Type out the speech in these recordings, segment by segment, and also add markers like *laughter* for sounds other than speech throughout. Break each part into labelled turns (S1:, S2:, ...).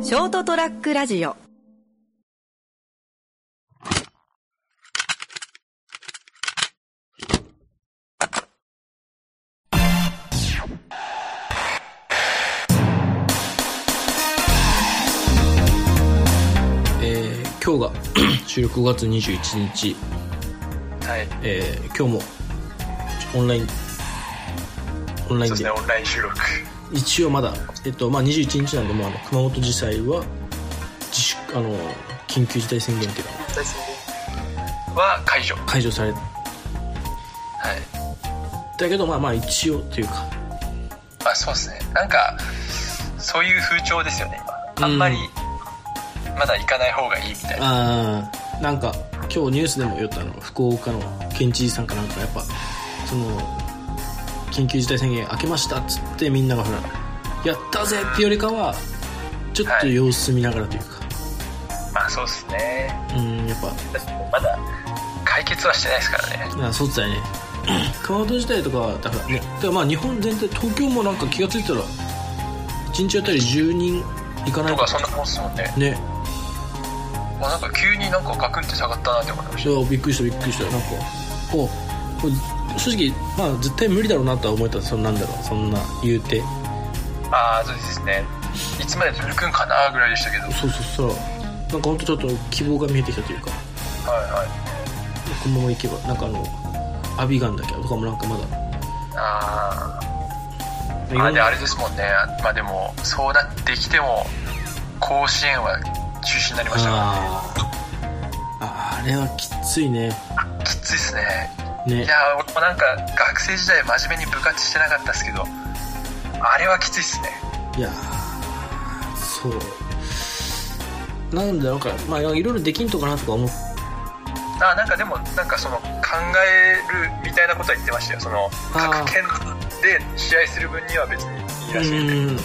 S1: ショートトラックラジオ
S2: えー今日が *clears throat* 収録5月21日、
S3: はい。
S2: えー今日もオンラインオンライ
S3: そ
S2: ンで
S3: してオンライン収録。
S2: 一応まだ、えっとまあ、21日なんでもうあの熊本地裁は自粛あの緊急事態宣言っていうか
S3: は解除。は
S2: 解除され
S3: い。
S2: たけどまあまあ一応というか
S3: あ、そうですね。なんか、そういう風潮ですよね、今。あんまり、まだ行かない方がいいみたいな。
S2: あーなんか今日ニュースでも言ったの福岡の県知事さんかなんかやっぱその緊急事態宣言明けましたっつってみんながほらやったぜってよりかはちょっと様子見ながらというか、
S3: まあそうですね。
S2: うんやっぱ
S3: だってまだ、解決はしてないですからね。
S2: あそうだよね *clears throat* 熊本自体とかはだからねでまあ日本全体東京もなんか気が付いたら1日あたり10人いかない
S3: とか、そんなもんっすもんね。
S2: ね
S3: もうなんか急になんかガクンって下がったなって思いまし
S2: いやびっくりしたびっくりしたなんかおこれ正直まあ絶対無理だろうなとは思えたそんなんだろうそんな言うて
S3: た。ああ、そうですね。いつまで続くんかなぐらいでしたけど。はい
S2: そうそうそうなんかほんとちょっと希望が見えてきたというか
S3: はい。
S2: このままいけばなんかあのアビガンだっけとかもなんかまだ
S3: あ
S2: い
S3: あ。
S2: ろ
S3: あ
S2: ん
S3: で、
S2: な
S3: あれですもんね。まあでも、そうなってきても、甲子園は中止になりましたからね。
S2: あーああれはきついね
S3: きついっすね
S2: ね
S3: いやー俺もなんか学生時代真面目に部活してなかったっすけどあれはきついっすね
S2: いやーそうなんだなんかまあいろいろできんとかなとか思っ
S3: あなんかでもなんかその考えるみたいなことは言ってましたよその
S2: あー
S3: 各県で試合する分には別にいいらしいんで
S2: うん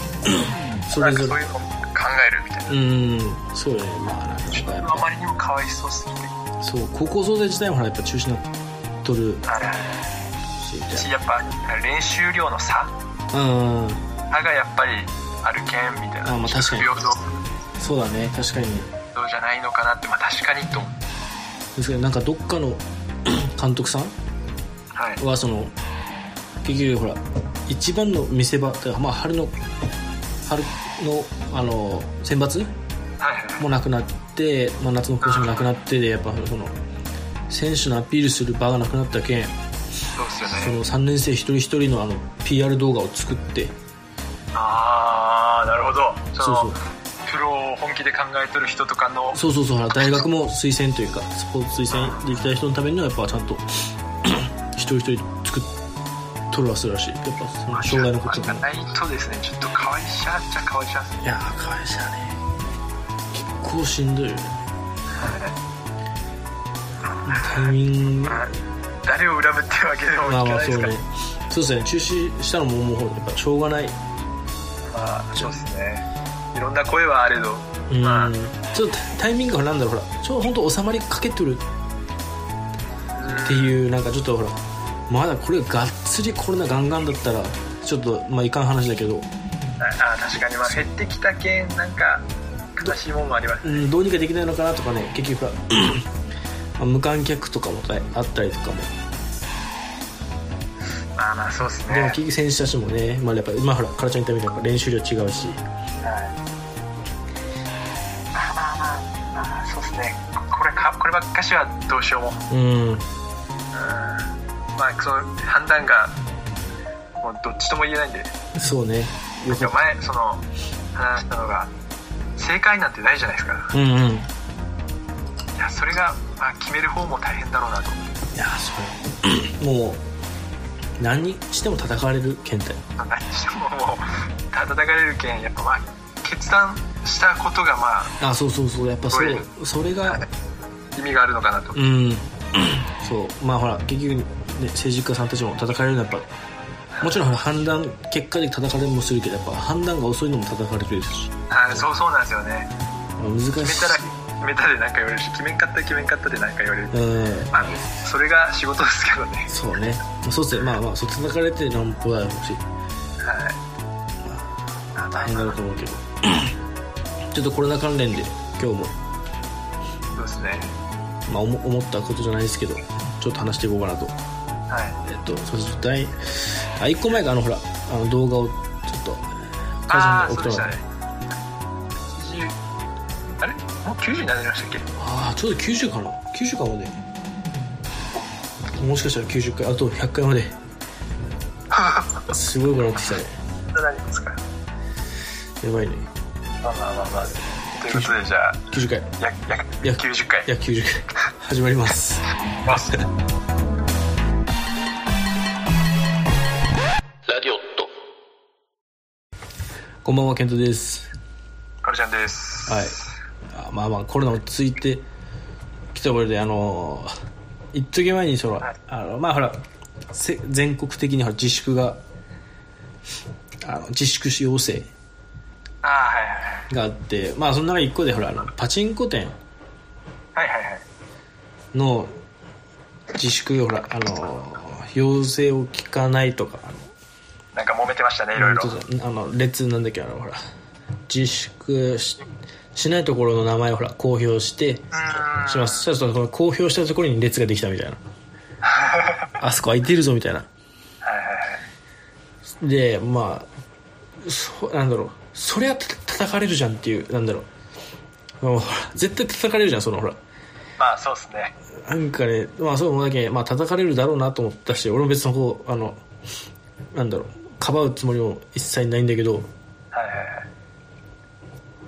S2: そ
S3: な
S2: れ
S3: ん
S2: ぞ
S3: か
S2: れ
S3: そういうのも考えるみたいな
S2: うんそうだねまあなん
S3: ちょっ
S2: かやっ
S3: とあ
S2: ぱ
S3: まりにもかわいそうすぎて
S2: そう高校総体自体もほらやっぱ中止になっとる
S3: あら
S2: しみた
S3: しやっぱ練習量の差
S2: いなうん
S3: 差がやっぱりある県みたいな
S2: あまあ確かに
S3: 平等
S2: そうだね確かに
S3: 平等じゃないのかなってまあ確かにと思う
S2: ですけどなんかどっかの *clears throat* 監督さん
S3: はい
S2: はその結局ほら一番の見せ場というかまあ春の春のあの選抜
S3: はいはい
S2: もなくなって、まあ、夏の甲子園もなくなってでやっぱその選手のアピールする場がなくなったけん
S3: そうっすよ
S2: そ
S3: ね
S2: の3年生一人一人のあの PR 動画を作って
S3: ああなるほどその
S2: そう
S3: プロを本気で考えとる人とかの
S2: そうそうそうほら大学も推薦というかスポーツ推薦できた人のためにはやっぱちゃんと *clears throat* 一人一人作っとるはするらしいやっぱその障害のことと
S3: が
S2: かも
S3: ないとですねちょっとかわいしゃっちゃかわいしゃっすね
S2: いやーかわいそうだね結構しんどいよ *laughs* ねタイミング
S3: まあ誰を恨むってわけでもい
S2: まあ
S3: か
S2: ま
S3: な
S2: あ
S3: いで
S2: そう
S3: すか
S2: ね
S3: ら
S2: そうですね中止したのももうやっぱしょうがない
S3: まあそうですねいろんな声はあれど
S2: うん
S3: まあ
S2: ちょっとタイミングがなんだろうほらちょうど本当収まりかけてるっていうなんかちょっとほらまだこれがっつりコロナガンガンだったらちょっとまあいかん話だけど、
S3: ああ確かにまあ減ってきたけんなんか悲しいもんもあります
S2: うん、どうにかできないのかなとかね結 *clears throat* 局ほらまあ無観客とかもあったりとかも
S3: まあまあそうです
S2: でも
S3: ね
S2: 結局選手たちもね、まあ、やっぱ今ほらカラちゃん言ったみたいに練習量違うし
S3: まあまあまあまあそうですねこれかこればっかしはどうしようも
S2: うん
S3: まあその判断がもうどっちとも言えないんで
S2: そうねよかっ
S3: 前その話したのが正解なんてないじゃないですか
S2: たうんうんい
S3: いやそれが、まあ、決める方も大変だろうなと思って
S2: やそれ *clears throat* もう何にしても戦われる県体
S3: まあ何してももうた叩かれるけんやっぱまあ決断したことがまあ
S2: あそうそうそうやっぱそれそれ
S3: *laughs*
S2: が
S3: 意味があるのかなと、
S2: うんそうまあほら結局、ね、政治家さんたちも叩かれるのはやっぱもちろんほら判断結果で叩かれもするけどやっぱ判断が遅いのも叩かれてるし
S3: あそうそうなんですよね
S2: 難しい
S3: 決めたら決めたで何か言われるし決めんかったら決めんかったで何か言われる、
S2: うん
S3: まあ、それが仕事ですけどね
S2: そうねそうっすねまあまあそう叩かれてなんぼだろうし
S3: はい
S2: 大変だろうと思うけどちょっとコロナ関連で今日も、
S3: そうですね。
S2: まあ、思思ったことじゃないですけどちょっと話していこうかなと
S3: は
S2: え
S3: い。
S2: っとそうです第あ1個前があのほらあの動画をちょっと会社
S3: ああ、
S2: に
S3: そ
S2: 送
S3: うで
S2: っ
S3: したた
S2: の
S3: ね。80あれもう90になりましたっけ
S2: ああちょうど90かな90かまでもしかしたら90回あと100回まですごいことになってきたね
S3: 何ですか
S2: やばいね
S3: まあまあまあまあ。ということで、じゃあ、
S2: 90回い
S3: 約約
S2: や
S3: 90回。
S2: や90回始まります
S3: ます。
S2: ラディオットこんばんはケントです
S3: カルちゃんです。
S2: はい。あまあまあコロナ落ち着いてきたこれであのー一時前にその、
S3: はい
S2: あのまあほらせ全国的にほら自粛があの自粛要請
S3: ああ、はいはいはい。
S2: があってまあその中一個でほらあのパチンコ店
S3: はいはいはい。
S2: の自粛ほらあのー要請を聞かないとかあの
S3: なんか揉めてましたね、いろいろ。
S2: 本当だあの列なんだっけあのほら自粛ししないところの名前をほら公表して
S3: ーん
S2: しますそしたらその公表したところに列ができたみたい
S3: *laughs*
S2: なあそこ空いてるぞみたいな
S3: はいはいはい。
S2: でまあそなんだろうそれはた叩かれるじゃんっていうなんだろうもうほら絶対叩かれるじゃんそのほら
S3: まあ、そうですね。
S2: なんかねまあそう思うだけまあ叩かれるだろうなと思ったし俺も別にこうあのなんだろうかばうつもりも一切ないんだけど
S3: はいはいはい。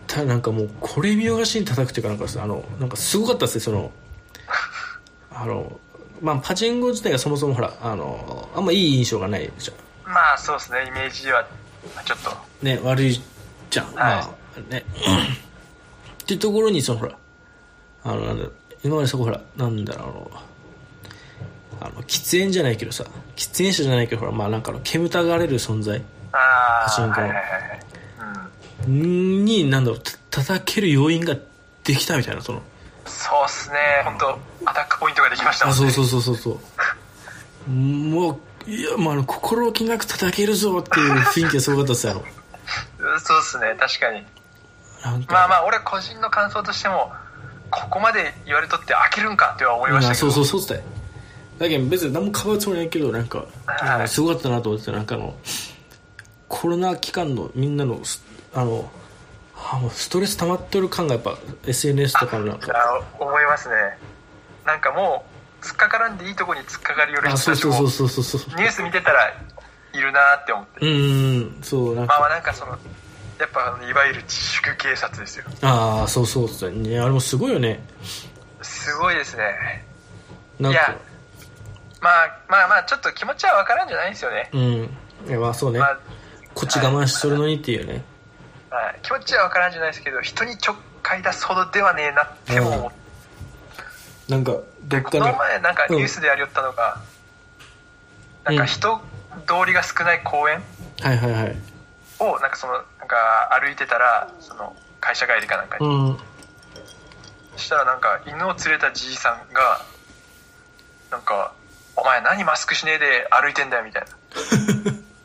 S2: ただなんかもうこれ見よがしに叩くっていうかなんかあのなんかすごかったっすねその *laughs* あのまあパチンコ自体がそもそもほらあのあんまいい印象がないじゃ
S3: まあ、そうですね、イメージは、ちょっと。
S2: んね悪いじゃん、まあね *clears throat* っていうところにそのほらあのなんだろう今までそこほらなんだろうあのあの喫煙じゃないけどさ喫煙者じゃないけどほらまあなんかあの煙たがれる存在
S3: ああ、
S2: パチンコ
S3: はいはいはいはい。うん。
S2: になんだろうた叩ける要因ができたみたいなその
S3: そうっすね、本当アタックポイントができましたも
S2: あ
S3: んね。
S2: そうそうそうそうそうもういやまああの心置きなく叩けるぞっていう雰囲気がすごかったっすよ
S3: うんそうっすね、確かに。
S2: あのなんか、
S3: まあまあ、俺個人の感想としても、ここまで言われとって開けるんかっては思いまし
S2: う
S3: た
S2: ん
S3: け
S2: そ
S3: ど。
S2: うそうそうっつったよだけど別に何もかばうつもりないけどなんか、
S3: はい
S2: うんすごかったなと思ってなんかあのコロナ期間のみんなのスあのあもうストレス溜まってる感がやっぱ SNS とかのなんか
S3: あの思いますね。なんかもう、突っかからんでいいとこに突っかかりよる
S2: あ
S3: 人
S2: そう
S3: たち
S2: そう
S3: も、
S2: そう
S3: ニ
S2: そうそうそう
S3: ュース見てたら、いるなーって思って。
S2: うんうんうんそうなん
S3: まあ
S2: か
S3: まあ、なんかその、やっぱ、いわゆる自粛警察ですよ。
S2: ああそうそうっつったよねあれもすごいよね
S3: すごいですね。
S2: なんか
S3: いやまあまあまあ、ちょっと気持ちはわからんじゃないんですよね。
S2: うんいやまあそうね、
S3: まあ
S2: こっち我慢しとるのにっていうね、
S3: はい、気持ちは分からんじゃないですけど人にちょっかい出すほどではねえなっても思って、
S2: なんかどっか
S3: こ
S2: の
S3: の前なんかニュースでやりよったのが、
S2: うん
S3: なんか人通りが少ない公園
S2: はいはいはい
S3: をなんかそのなんか歩いてたらその会社帰りかなんか
S2: う
S3: に、
S2: ん
S3: したらなんか犬を連れたじいさんがなんか「お前何マスクしねえで歩いてんだよ」みたい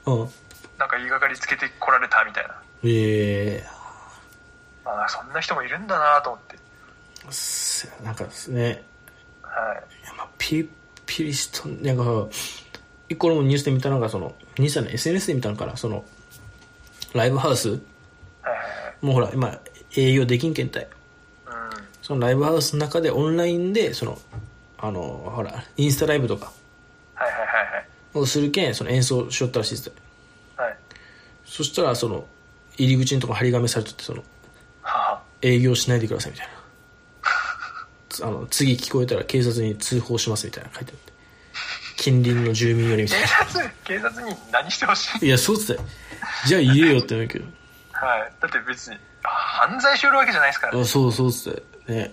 S3: な
S2: うん
S3: なんか言いがかりつけてこられたみたいな、
S2: ええ
S3: ああそんな人もいるんだなと思って、
S2: すなんかですね
S3: はい、
S2: いやまあピリピリしとんなんか一個俺もニュースで見たのがその兄さんの SNS で見たのかなそのライブハウス
S3: はいはい
S2: もうほら今営業できんけんたい
S3: はいうん
S2: そのライブハウスの中でオンラインでそのあのほらインスタライブとか
S3: はいはいはいはい
S2: をするけんその演奏しよったらしいです
S3: はい
S2: そしたらその入り口のとこ張り紙されとってその
S3: はは
S2: 営業しないでくださいみたいなつあの次聞こえたら警察に通報しますみたいな書いてあって近隣の住民よりみたい
S3: 警
S2: な
S3: 察警察に何してほし
S2: *laughs*
S3: い
S2: いやそうっつったよじゃあ言えよってなるけど
S3: はいだって別に犯罪しよるわけじゃないですからね
S2: あそうそうっつったよね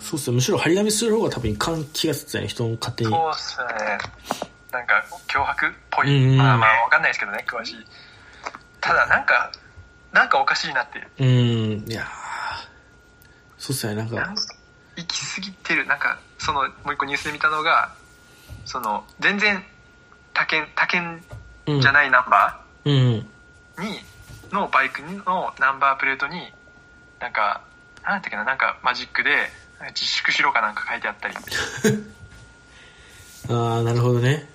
S2: そうっつったよむしろ張り紙する方が多分いかん気がつってたよね人の勝手に
S3: そうっすねなんか脅迫っぽ
S2: うんうんう
S3: い
S2: ん
S3: まあまあ分かんないですけどね詳しいただなんかなんかおかしいなっていう
S2: うんいやーそうっすよねなん
S3: なん
S2: か
S3: か行き過ぎてるなんかそのもう一個ニュースで見たのがその全然他県他県
S2: うん
S3: じゃないナンバ
S2: うん
S3: ーにのバイクのナンバープレートになんかなんだったっけななんかマジックでなんか自粛しろかなんか書いてあったり
S2: ああなるほどね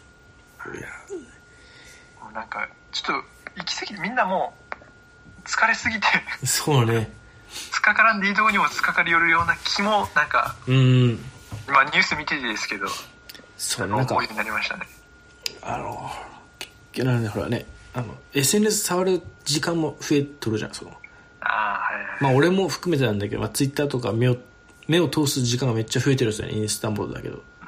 S3: もうなんかちょっと行き過ぎてみんなもう疲れすぎて *laughs*
S2: そうね
S3: つかからんで移動にもつかかりよるような気もなんか
S2: うん
S3: 今ニュース見ててですけど
S2: そうなんか
S3: 思いになりましたね
S2: あの結局なんでほらねあの SNS 触る時間も増えとるじゃんその
S3: ああはいはい
S2: まあ俺も含めてなんだけど、まあ、Twitter とか目を目を通す時間がめっちゃ増えてるんですよねインスタンボールだけど
S3: うー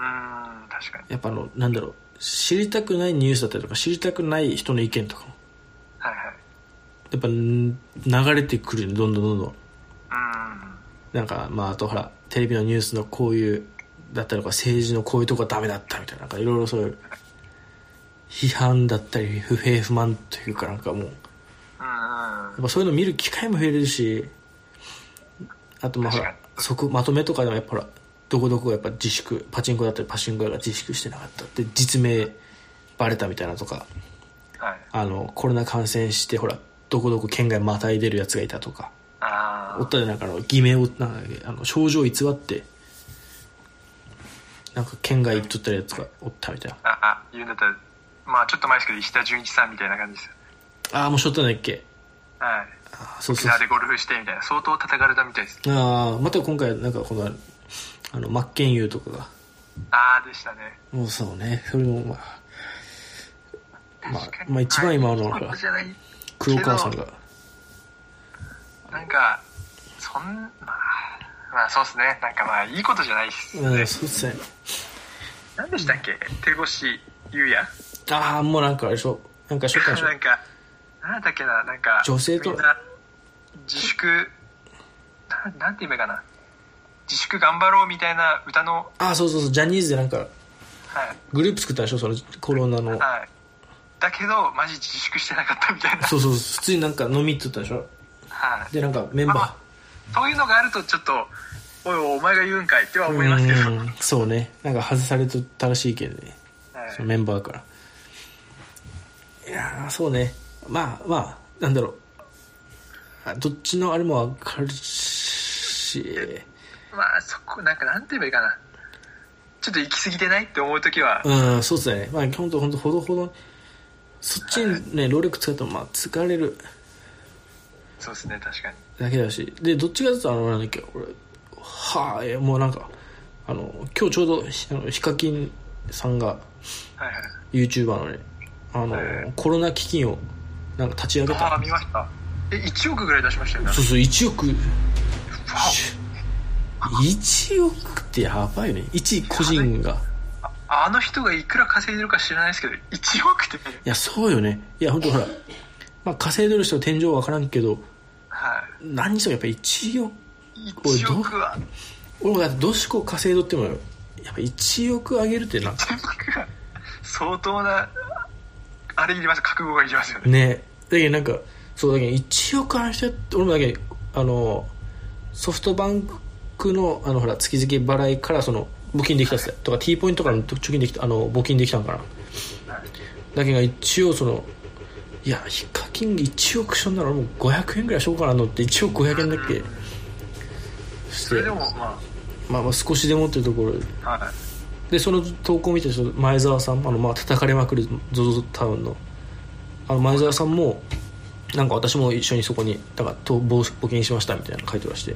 S3: ん確かに
S2: やっぱあのなんだろう知りたくないニュースだったりとか知りたくない人の意見とかも
S3: はいはい
S2: やっぱん流れてくるよねどんどんどんどん
S3: うーん
S2: なんかまああとほらテレビのニュースのこういうだったりとか政治のこういうとこはダメだったみたいななんかいろいろそういう批判だったり不平不満というかなんかもう
S3: うんうん
S2: やっぱそういうの見る機会も増えるしあとまあほら
S3: 確か
S2: そこまとめとかでもやっぱほらどこどこがやっぱ自粛パチンコだったりパチンコ屋が自粛してなかったって実名バレたみたいなとか
S3: はい
S2: あのコロナ感染してほらどこどこ県外またいでるやつがいたとか
S3: あ
S2: おったでなんかあの偽名をなんだっけあの症状を偽ってなんか県外行っとったやつがおったみたいな
S3: あああ言うんだったらまあちょっと前ですけど石田純一さんみたいな感じですよね
S2: ああもうしょったんだっけ
S3: はい
S2: あーそう
S3: 沖
S2: そう
S3: 縄
S2: そう
S3: でゴルフしてみたいな相当叩かれたみたいです
S2: ああまた今回なんかこのあの真剣佑とかが
S3: ああでしたね
S2: もうそうね、それもまあ、まあ
S3: 確か、に
S2: まあ一番今のないん
S3: はそう
S2: か
S3: じゃない
S2: 黒川さんが、
S3: なんかそんまあまあそうですねなんかまあいいことじゃないです
S2: う
S3: ね
S2: ん、そうっすね。
S3: 何でしたっけ手越優也
S2: ああ、もうなんかあれでしょ、なんかしょったんでしょ
S3: な。んかなんだっけななんか
S2: 女性と
S3: みんな自粛ななんていう夢かな自粛頑張ろうみたいな歌の
S2: ああ、そうそうそう、ジャニーズでなんか
S3: はい
S2: グループ作ったんでしょ、そのコロナの。
S3: はいだけどマジ自粛してなかったみたいな
S2: そうそう、普通になんか飲み行っとったでしょ。
S3: はい
S2: で、なんかメンバ
S3: そういうのがあるとちょっとおいおいお前が言うんかいっては
S2: ー。
S3: 思いますけど、
S2: うんそうね。なんか外されとったらしいけどね、
S3: はい
S2: そのメンバーから。いやー、そうね。まあまあ、なんだろう。あどっちのあれもわかるし。
S3: まあそこなんかなんて言えばいいかなちょっと行き過ぎてないって思う時は、
S2: うん、そうですね。まあ、本当本当ほどほど、そっちにね、労力使っても、まあ、疲れる
S3: そうですね確かに
S2: だけだし。で、どっちかというと、あの、なんだっけ、俺、はあ、いやもうなんか、あの、今日ちょうど、ひあの、ヒカキンさんが、
S3: はいはい
S2: YouTuber のね、あの、
S3: え
S2: コロナ基金を、なんか立ち上げ
S3: ああ
S2: た。
S3: 見ましたえ1億ぐらい出しましたよね
S2: そうそう、1億、
S3: わ
S2: 1億ってやばいよね。1個人が。
S3: ああの人がいくら稼いでるか知らないですけど1億って
S2: いや、そうよね。いや、本当ほら、まあ、稼いでる人の天井はわからんけど、
S3: は
S2: 何にしてもやっぱ1億、
S3: い
S2: これど
S3: 1億は
S2: 俺もだってどしこ稼いどってもやっぱ1億上げるってなんか
S3: 1億は相当なあれいります覚悟がいりますよね
S2: ねだけどなんかそうだけど1億上げて俺もだけどあのソフトバンクのあのほら月々払いからその募金できたっすねとか T ポイントからの貯金できたあの募金できたんかなだけど一応そのいやヒカキン1億しょんなら俺も500円ぐらいしようかなと思って1億500円だっけし
S3: それ
S2: て
S3: でもま
S2: まあまあ少しでもっていうところ
S3: あはい
S2: でその投稿を見てその前澤さんあのまあ叩かれまくる ZOZO タウンのあの前澤さんもなんか私も一緒にそこにだからと募募金しましたみたいなの書いてまして、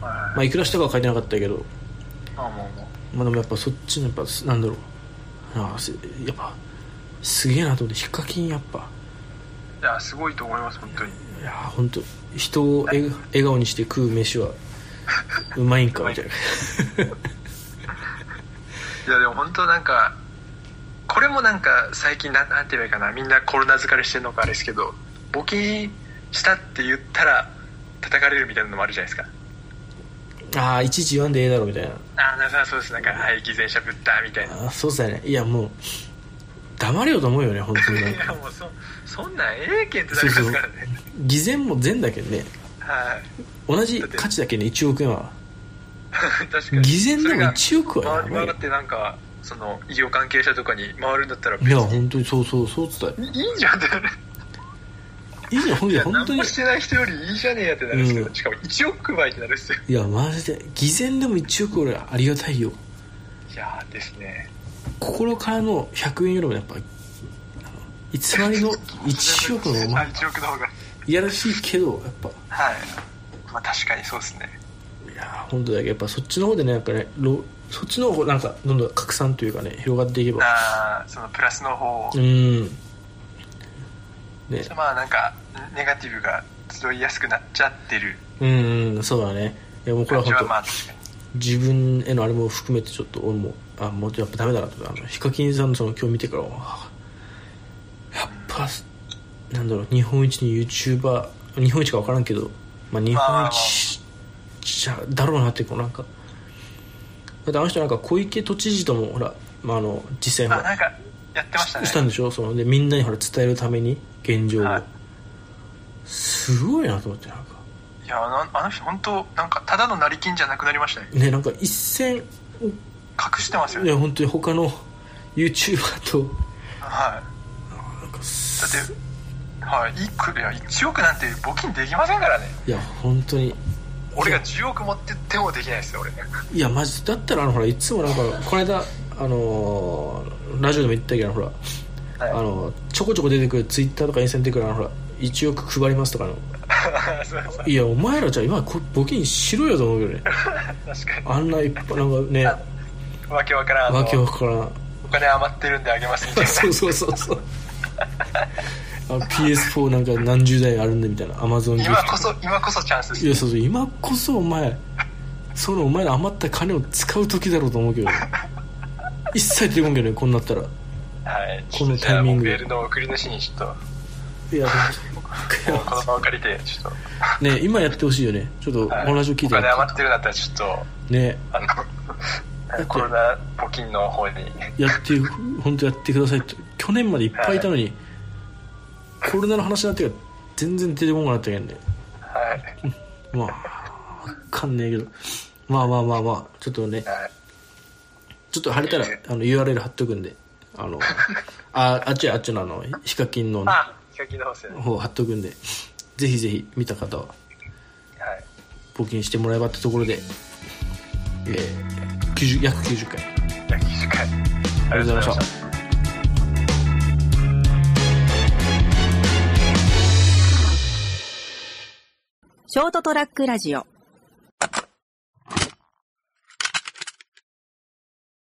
S3: は
S2: まあ、いくらしたかは書いてなかったけど、
S3: いまあもうもう
S2: まあ、でもやっぱそっちのやっぱなんだろうああすやっぱすげえなと思ってヒカキンやっぱ
S3: いやすごいと思います本当に
S2: いやー本当人を笑笑顔にして食う飯はうまいんかみたいない
S3: やでも本当なんかこれもなんか最近なんなんて言えばいいかなみんなコロナ疲れしてるのかあれですけど募金したって言ったら叩かれるみたいなのもあるじゃないですか
S2: ああいちいち言わんでええだろみたいな
S3: ああなんかそうですなんかはい偽善者ぶったみたいな
S2: あーそうっすよねいやもう黙れよと思うよね本当に
S3: *laughs*
S2: なん
S3: い
S2: か
S3: やもうそそんなんええけんってなりますからね
S2: 偽善も善だけどね
S3: はい
S2: 同じ価値だけどね1億円は
S3: *laughs* 確かに
S2: 偽善でも
S3: そ
S2: 1億
S3: れが
S2: は
S3: 回
S2: や
S3: り
S2: ばい
S3: 回ってなんかその医療関係者とかに回るんだったら別
S2: いや
S3: に
S2: 本当にそうそうそうっつったよ
S3: いいいじゃんってなる
S2: いいじゃんほん
S3: い
S2: と
S3: や
S2: 本当
S3: 何
S2: に
S3: もしてない人よりいいじゃねえやってなるんですけど、
S2: うん
S3: しかも1億倍になるんですよ
S2: いやマジで偽善でも1億俺ありがたいよ
S3: いやーですね
S2: 心からの100円よりもやっぱあの偽り
S3: *laughs*
S2: の1億の方
S3: あ
S2: が
S3: 1億の方が
S2: いやらしいけどやっぱ
S3: はいまあ確かにそうですね
S2: いやー本当だけどやっぱそっちの方でねなんかねろそっちの方なんかどんどん拡散というかね広がっていけば
S3: あーそのプラスの方を、
S2: うんね
S3: まあなんかネガティブが集いやすくなっちゃってる
S2: うんうんそうだねいやもうこれは
S3: 感じ
S2: 本
S3: は
S2: 当
S3: まあ確かに
S2: 自分へのあれも含めてちょっと俺もあもうやっぱダメだなとあのヒカキンさんのその今日見てからあやっぱなんだろう日本一に YouTuber 日本一か分からんけど、まあ、日本一じゃだろうなってこうなんかだってあの人なんか小池都知事ともほら、まあ、あの実際ほ
S3: あ
S2: ら
S3: なんかやってましたね
S2: したんでしょそのでみんなにほら伝えるために現状を、
S3: はい
S2: すごいなと思ってなんか
S3: いやあのあの人本当なんかただの成金じゃなくなりましたね
S2: ねなんか一線を
S3: 隠してますよ
S2: い
S3: ね
S2: や本当に他の YouTuber と
S3: はい
S2: なんか
S3: だ
S2: す
S3: ってはいいくいや1億なんて募金できませんからね
S2: いや本当に
S3: 俺が10億持ってってもできないですよ俺 *laughs* ね
S2: いやマジだったらあのほらいつもなんかこの間あのーラジオでも言ったけどほら、あ
S3: は
S2: のちょこちょこ出てくるツイッターとかインスタに出てくるあのほら1億配りますとかの
S3: いそうそう
S2: いやお前らじゃあ今こ募金しろよと思うけどね
S3: 確かに
S2: あんないっぱいなんかね
S3: あわけわからんあの
S2: わけわからん *laughs*
S3: お金余ってるんであげますみたいな
S2: そうそうそうそうあ PS4 なんか何十台あるんだみたいなアマゾンギフ
S3: 今
S2: ト
S3: こそ今こそチャンスです
S2: いやそうそう今こそお前そのお前の余った金を使う時だろうと思うけど一切出てこんけどねこんなったら
S3: はい、
S2: このタイミング
S3: じゃあもうメールの送り主にちょっとも
S2: いや
S3: うこの場を借りてちょっ
S2: ね今やってほしいよねちょっとお
S3: と、はい
S2: 話を聞いて
S3: お金余ってるんだったらちょっと
S2: ね
S3: あ
S2: って
S3: のコロナ募金の方に
S2: やって本当やってくださいって去年までいっぱいいたのにコロナの話になってから全然出てこなかったけんね
S3: はい、
S2: まあわかんねえけどまあまあまあまあちょっとね
S3: はい、
S2: ちょっと晴れたらあの URL 貼っとくんであのああっちやあっちのあのヒカキンのね
S3: あヒカキンの方ですよね
S2: 方貼っとくんでぜひぜひ見た方は
S3: はい
S2: 募金してもらえばってところで、えー、90約90回
S3: じゃあ90回
S2: あ
S3: あ
S2: り
S3: り
S2: が
S3: が
S2: と
S3: と
S2: う
S3: う
S1: シ
S2: ございまし
S3: ございましたた
S1: ョートトラックラジオ